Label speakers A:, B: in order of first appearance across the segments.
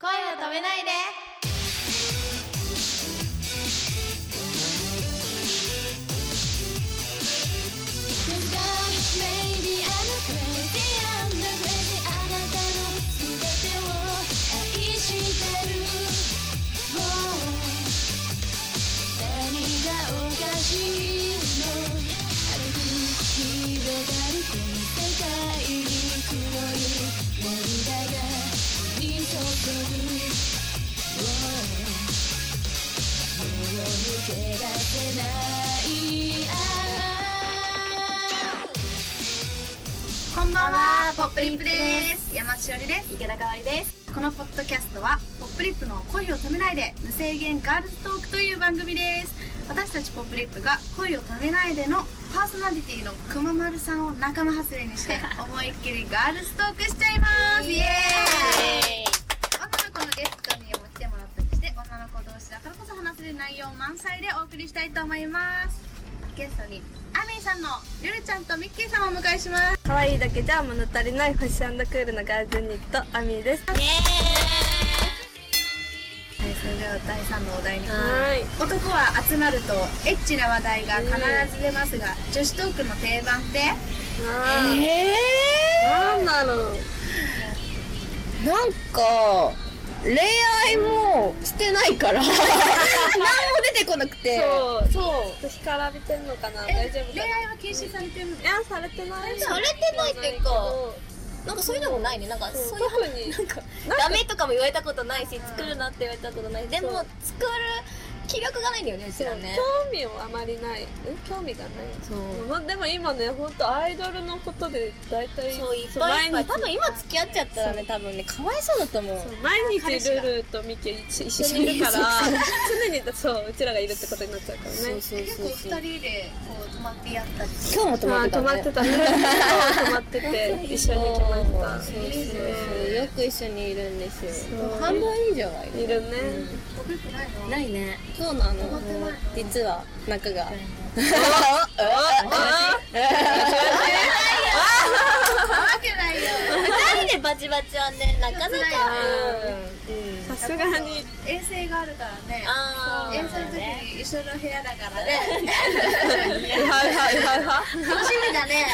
A: 声を止めないでこんばんはポップリップです山地よりです
B: 池田香織です
A: このポッドキャストはポップリップの恋を止めないで無制限ガールズトークという番組です私たちポップリップが恋を止めないでのパーソナリティのくままるさんを仲間外れにして思いっきりガールズトークしちゃいます イエーイ女の子のゲストにも来てもらったりして女の子同士だからこそ話せる内容満載でお送りしたいと思いますゲストにアミーさんのゆるちゃんとミッキーさんをお迎えします
B: 可愛いだけじゃ物足りないファッションクールのガールズニットアミーですは
A: はい、それでは第3のお題に
B: ーい
A: 男は集まるとエッチな話題が必ず出ますが、女子トークの定番って
B: あ
C: え
B: ーなんだろう
C: ー、なんか恋愛もしてな いから何も出てこなくて
B: そうそう干からびてんのかな大丈夫か
A: 恋
B: ない
A: 愛は禁止されてるの
B: やされてない
C: されてないっていうかなんかそういうのもないねなんかそ
B: そ
C: うういう
B: 特に
C: なんかダメとかも言われたことないし作るなって言われたことないしで
B: そ
C: も
B: う
C: 作る気力がないんだよねうち
B: そう
C: らね
B: 興味もあまりないん興味がない
C: そう
B: まあでも今ね本当アイドルのことで大体
C: そういっぱいいっぱい
B: 毎日
C: 多分今付き合っちゃったらね多分ねかわいそうだと思う
B: そう毎日ルルとミケ一一緒にいるから常にそううちらがいるってことになっちゃうからね
C: そうそう
A: 結
C: そう
A: 構
C: そう
A: 2人でこう泊まってやったりす
C: 今日も泊ま
B: ま
C: っ
B: あ
C: てた
B: 泊
C: ね
B: まってたね。泊まってて一緒に来ました。
C: そうそうそうよく一緒にいるんですよ
B: そう
C: 半分以上はいる
B: いるね。
A: るよくないの
C: ないねそうなの実は中が
A: なわけないよ
C: 二人でバチバチはねなかなか
B: さすがに
A: 衛星があるからね
C: あー
A: 衛星の時に一緒の部屋だからね
B: はいはいはいは
A: 楽しみだね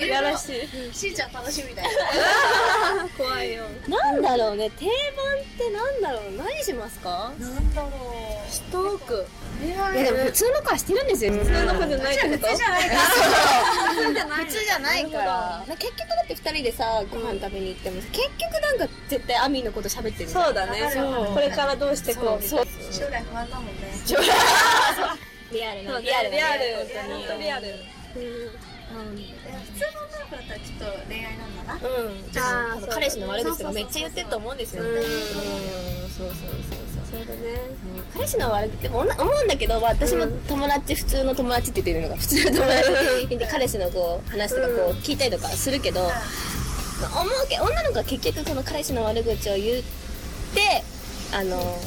B: い。やらしい。
A: しーちゃん楽しみだよ
B: 怖いよ。
C: なんだろうね定番ってなんだろう何しますか
A: なんだろう
B: ストーク。
A: 恋愛
C: いやでも普通の子はしてるんですよ普
B: 普通の子じゃないってこと？
A: じゃないか
C: 普通じゃないから結局だって二人でさご飯食べに行っても結局なんか絶対アミのこと喋ってる
B: そうだね。これからどうしてこう。そう。
A: 将来不安だもんね
C: リアルな
B: リ
C: リア
B: アル
C: ル
B: リアル
A: 本当に
B: リアル。
A: 普通の女の子だったらちょっと恋愛なんだな
C: うん
B: あーそう
C: 彼氏の悪口とかめっちゃ言ってると思うんですよね
B: うん
C: そうそうそうそう
B: そうだね。
C: 彼氏の悪口でも女思うんだけど、まあ私も友達、普通の友達って言ってるのが普通の友達で彼氏のこう話とかこう聞いたりとかするけど、まあ思うけ女の子は結局その彼氏の悪口を言ってあの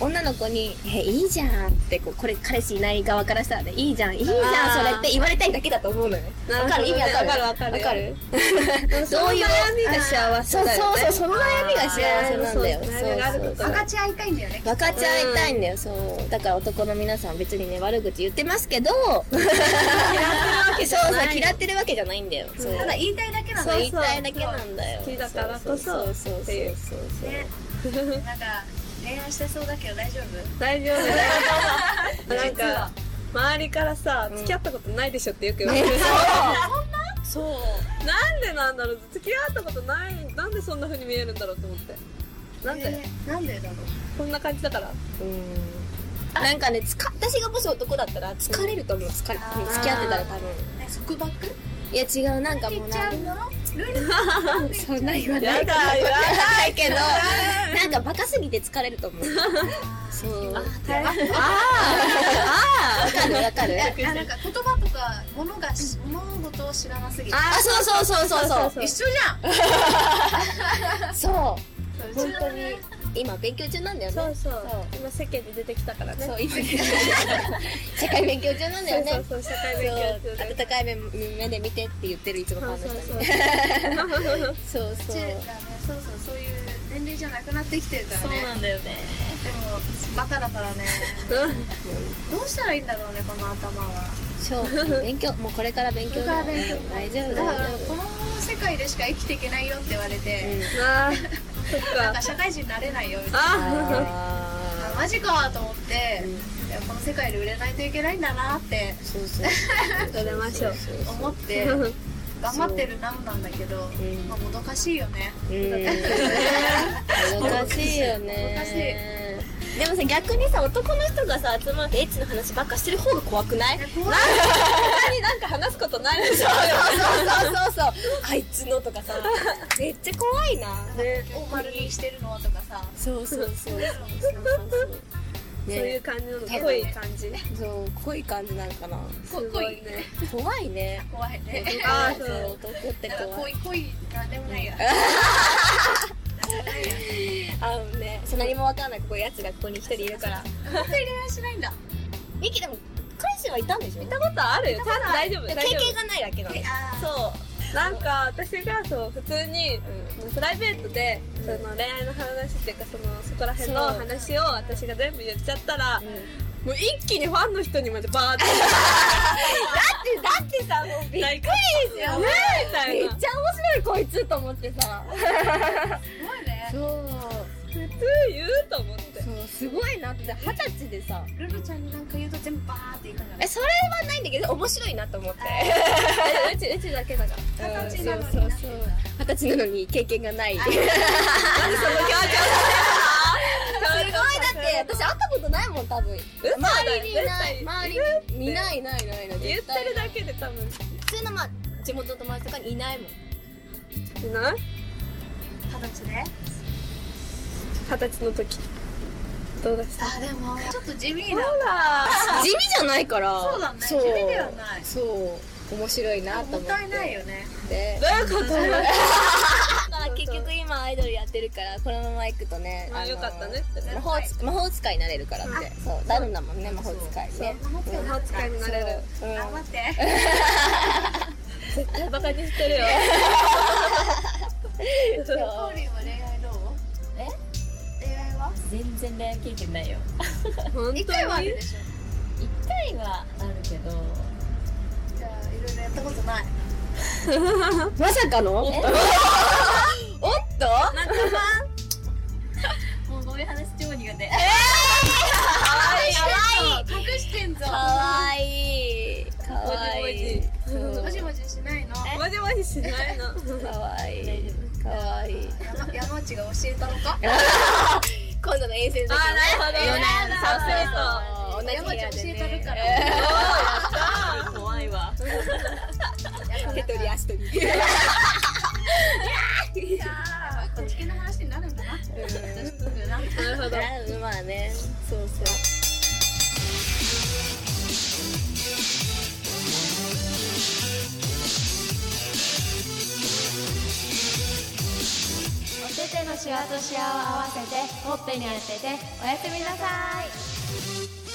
C: 女の子に「えいいじゃん」ってこうこれ彼氏いない側からしたらね「いいじゃんいいじゃん
B: あー
C: それ」って言われたいだけだと思うのよ。
B: な
C: わ
B: る
C: か
B: ほ
C: る
B: どね
C: 意味わかる
B: わかるわかる
C: どういう
B: 悩みが幸せ
C: そう
B: だよ
C: そう
B: ね。
C: そうその悩みが幸せなんだよ。
B: あーそう悩みがあること
A: 分かち合いたいんだよね
C: 分かち合いたいんだよ、そうだから男の皆さん別にね悪口言ってますけどそうそう嫌ってるわけじゃないんだよそう
A: ただ言いたいだけなんだ
C: そう
A: よ
C: 言いたいだけなんだよ
B: 好きだからこ
C: そう
B: そ
C: そうそう
B: っていう
C: そうそう
A: ねなんか恋愛してそうだけど大丈夫
B: 大丈夫 だよなんか周りからさ付き合ったことないでしょってよく言わ れる、そうなんでなんだろう付き合ったことないなんでそんな風に見えるんだろうと思ってなんで、
A: えーなんでだろう
B: こんな感じだから
C: うんなんかねつか私がもし男だったら疲れると思う疲れ
B: ー
C: 付き合ってたら多分
A: ね束縛
C: いや違うなんかもう
A: ちゃ
C: な
A: うのルール
C: そんな言わ
B: やだ
C: 言
B: 言
C: わ
B: わ
C: ないけどなんかバカすぎて疲れると思うそうああわかるわかる
A: あなんか言葉とか物がし物事を知らなすぎて
C: あそうそうそうそうそう
A: 一緒じゃん
C: そう
A: 本当に
C: 今勉強中なんだよね
B: そうそう今世間に出てきたから ね
C: そう今社会勉強中なんだよね
B: そうそうそう社会勉強中
C: そう
B: で
C: 温かい目目で見 てって言ってるいつもファンの人に
B: そうそうそう
C: そうそう
A: そうそうそういう恋年齢じゃなくなってきてるから
D: そう
A: ね
D: なんだよね
A: でもバカだからねどうしたらいいんだろうねこの頭は
C: そう勉強もうこれから勉強だよ
A: これから勉
C: 大丈夫
A: だ
C: だ
A: から
C: よ
A: この世界でしか生きていけないよって言われて、
B: あーそっ
A: なん
B: か
A: か社会人になれないよみたいな
B: あ
A: あ
C: あ
A: マジかと思って、いやこの世界で売れないといけないんだなって
C: ーそうそう
B: ー食べ ましょう
A: 思 って頑張ってるなんなんだけど、
C: ん
A: まあもどかしいよね
C: うん難しいよねでもさ逆にさ男の人がさ集まってエッチの話ばっかしてる方が怖くない
A: え怖い
B: 他になんか話すことないでし
C: そう
B: ょ
C: そうそうそうそうあいつのとかさめっちゃ怖いな
B: ね
A: 大丸にしてるのとかさ
C: そうそうそうそう
B: そういう感じなのか濃い感じ
C: そう濃い感じなんかな
B: すごいね
C: 怖いね
A: 怖いね
B: あー
C: そう
B: そ
C: 男って
A: なんか
C: 怖い
A: 恋恋なんでもないや
C: あのねそう何もわかんないここやつがここに一人いるから
A: 本当に恋愛しないんだ
C: ミキでも彼氏はいたんでしょい
B: 行ったことあるよ大丈夫
C: 経
B: 大丈夫
C: 験がないだけなの
A: あ
B: そうなんか私がそう普通に、プライベートで、その恋愛の話っていうかそのそこら辺の
C: そう
B: 話を私が全部言っちゃったら、もう一気にファンの人にまでバーって
C: だってさもうびっくりですよ
B: ね
C: ね
B: えみた
C: めっ
B: いな
C: ちゃ面白いこいつと思ってさ
A: すごいね
C: そう
B: 普通言うと思って
C: そうすごいなって二十歳でさ
A: ルルちゃんになんか言うと全部バーっていくんだね
C: えそれはないんだけど面白いなと思って うちうちだけだから
A: 二十歳なのに
C: そうそうそう二十歳なのに経験がないすごいだ
B: なんでそのキャーキャー
C: って私会ったことないもん多分
B: 嘘だよ
C: 周りにいない
B: 絶対
C: 周りにいないいないいないいない
B: 言っ
C: 絶対
B: てるだけで多分い
C: 普通のまあ地元の友達とかにいないもん
B: ない
A: 二十歳で
B: 二十歳の時どうでした
A: あでもちょっと地味
B: ほ
A: だ
B: ら
C: 地味じゃないから
A: そうだね
C: そう
A: 地味ではない
C: そう面白いなと
A: も
C: 思
A: っ
C: って
A: たいないよね
C: で
B: どういうこと
C: だから結局今アイドルやってるからこのまま行くとね
B: まあ
C: の
B: よかったねってね
C: 魔法使魔法使いになれるからってそうなるんだもんね魔法使いね
A: 魔法使い
B: 魔法使いになれる
C: そううん
A: 頑張って
B: 絶対バカにしてるよ
A: コーリーは恋愛どう
D: え
A: 恋愛は
D: 全然恋愛経験ないよ
B: 本
A: 一回はあるでしょ
D: 一回はあるけど
A: じゃあいろいろやったことない
C: まさかのおっとおっと
B: なんかさ
D: もうこういう話超苦手
A: 隠してんぞ
C: かわいいかわいいそう
A: もじもじしないの
B: マジマジしないの
C: かわいいかわいい
A: 山山内が教えたのか
C: 今度の遠征の時ね
B: あ
C: そう
B: ーなるほどね
C: 同じ
A: 山
C: 部
A: 内
C: 屋
A: 教
C: で
A: え
C: ね
A: たるから
D: 怖いわ
C: 手取り足取り
A: いやーこっち系の話になるんだな女子とかな
B: なるほど
C: うんまあねそうそう
D: お手手のシワとシワを合わせてほっぺに当てておやすみなさい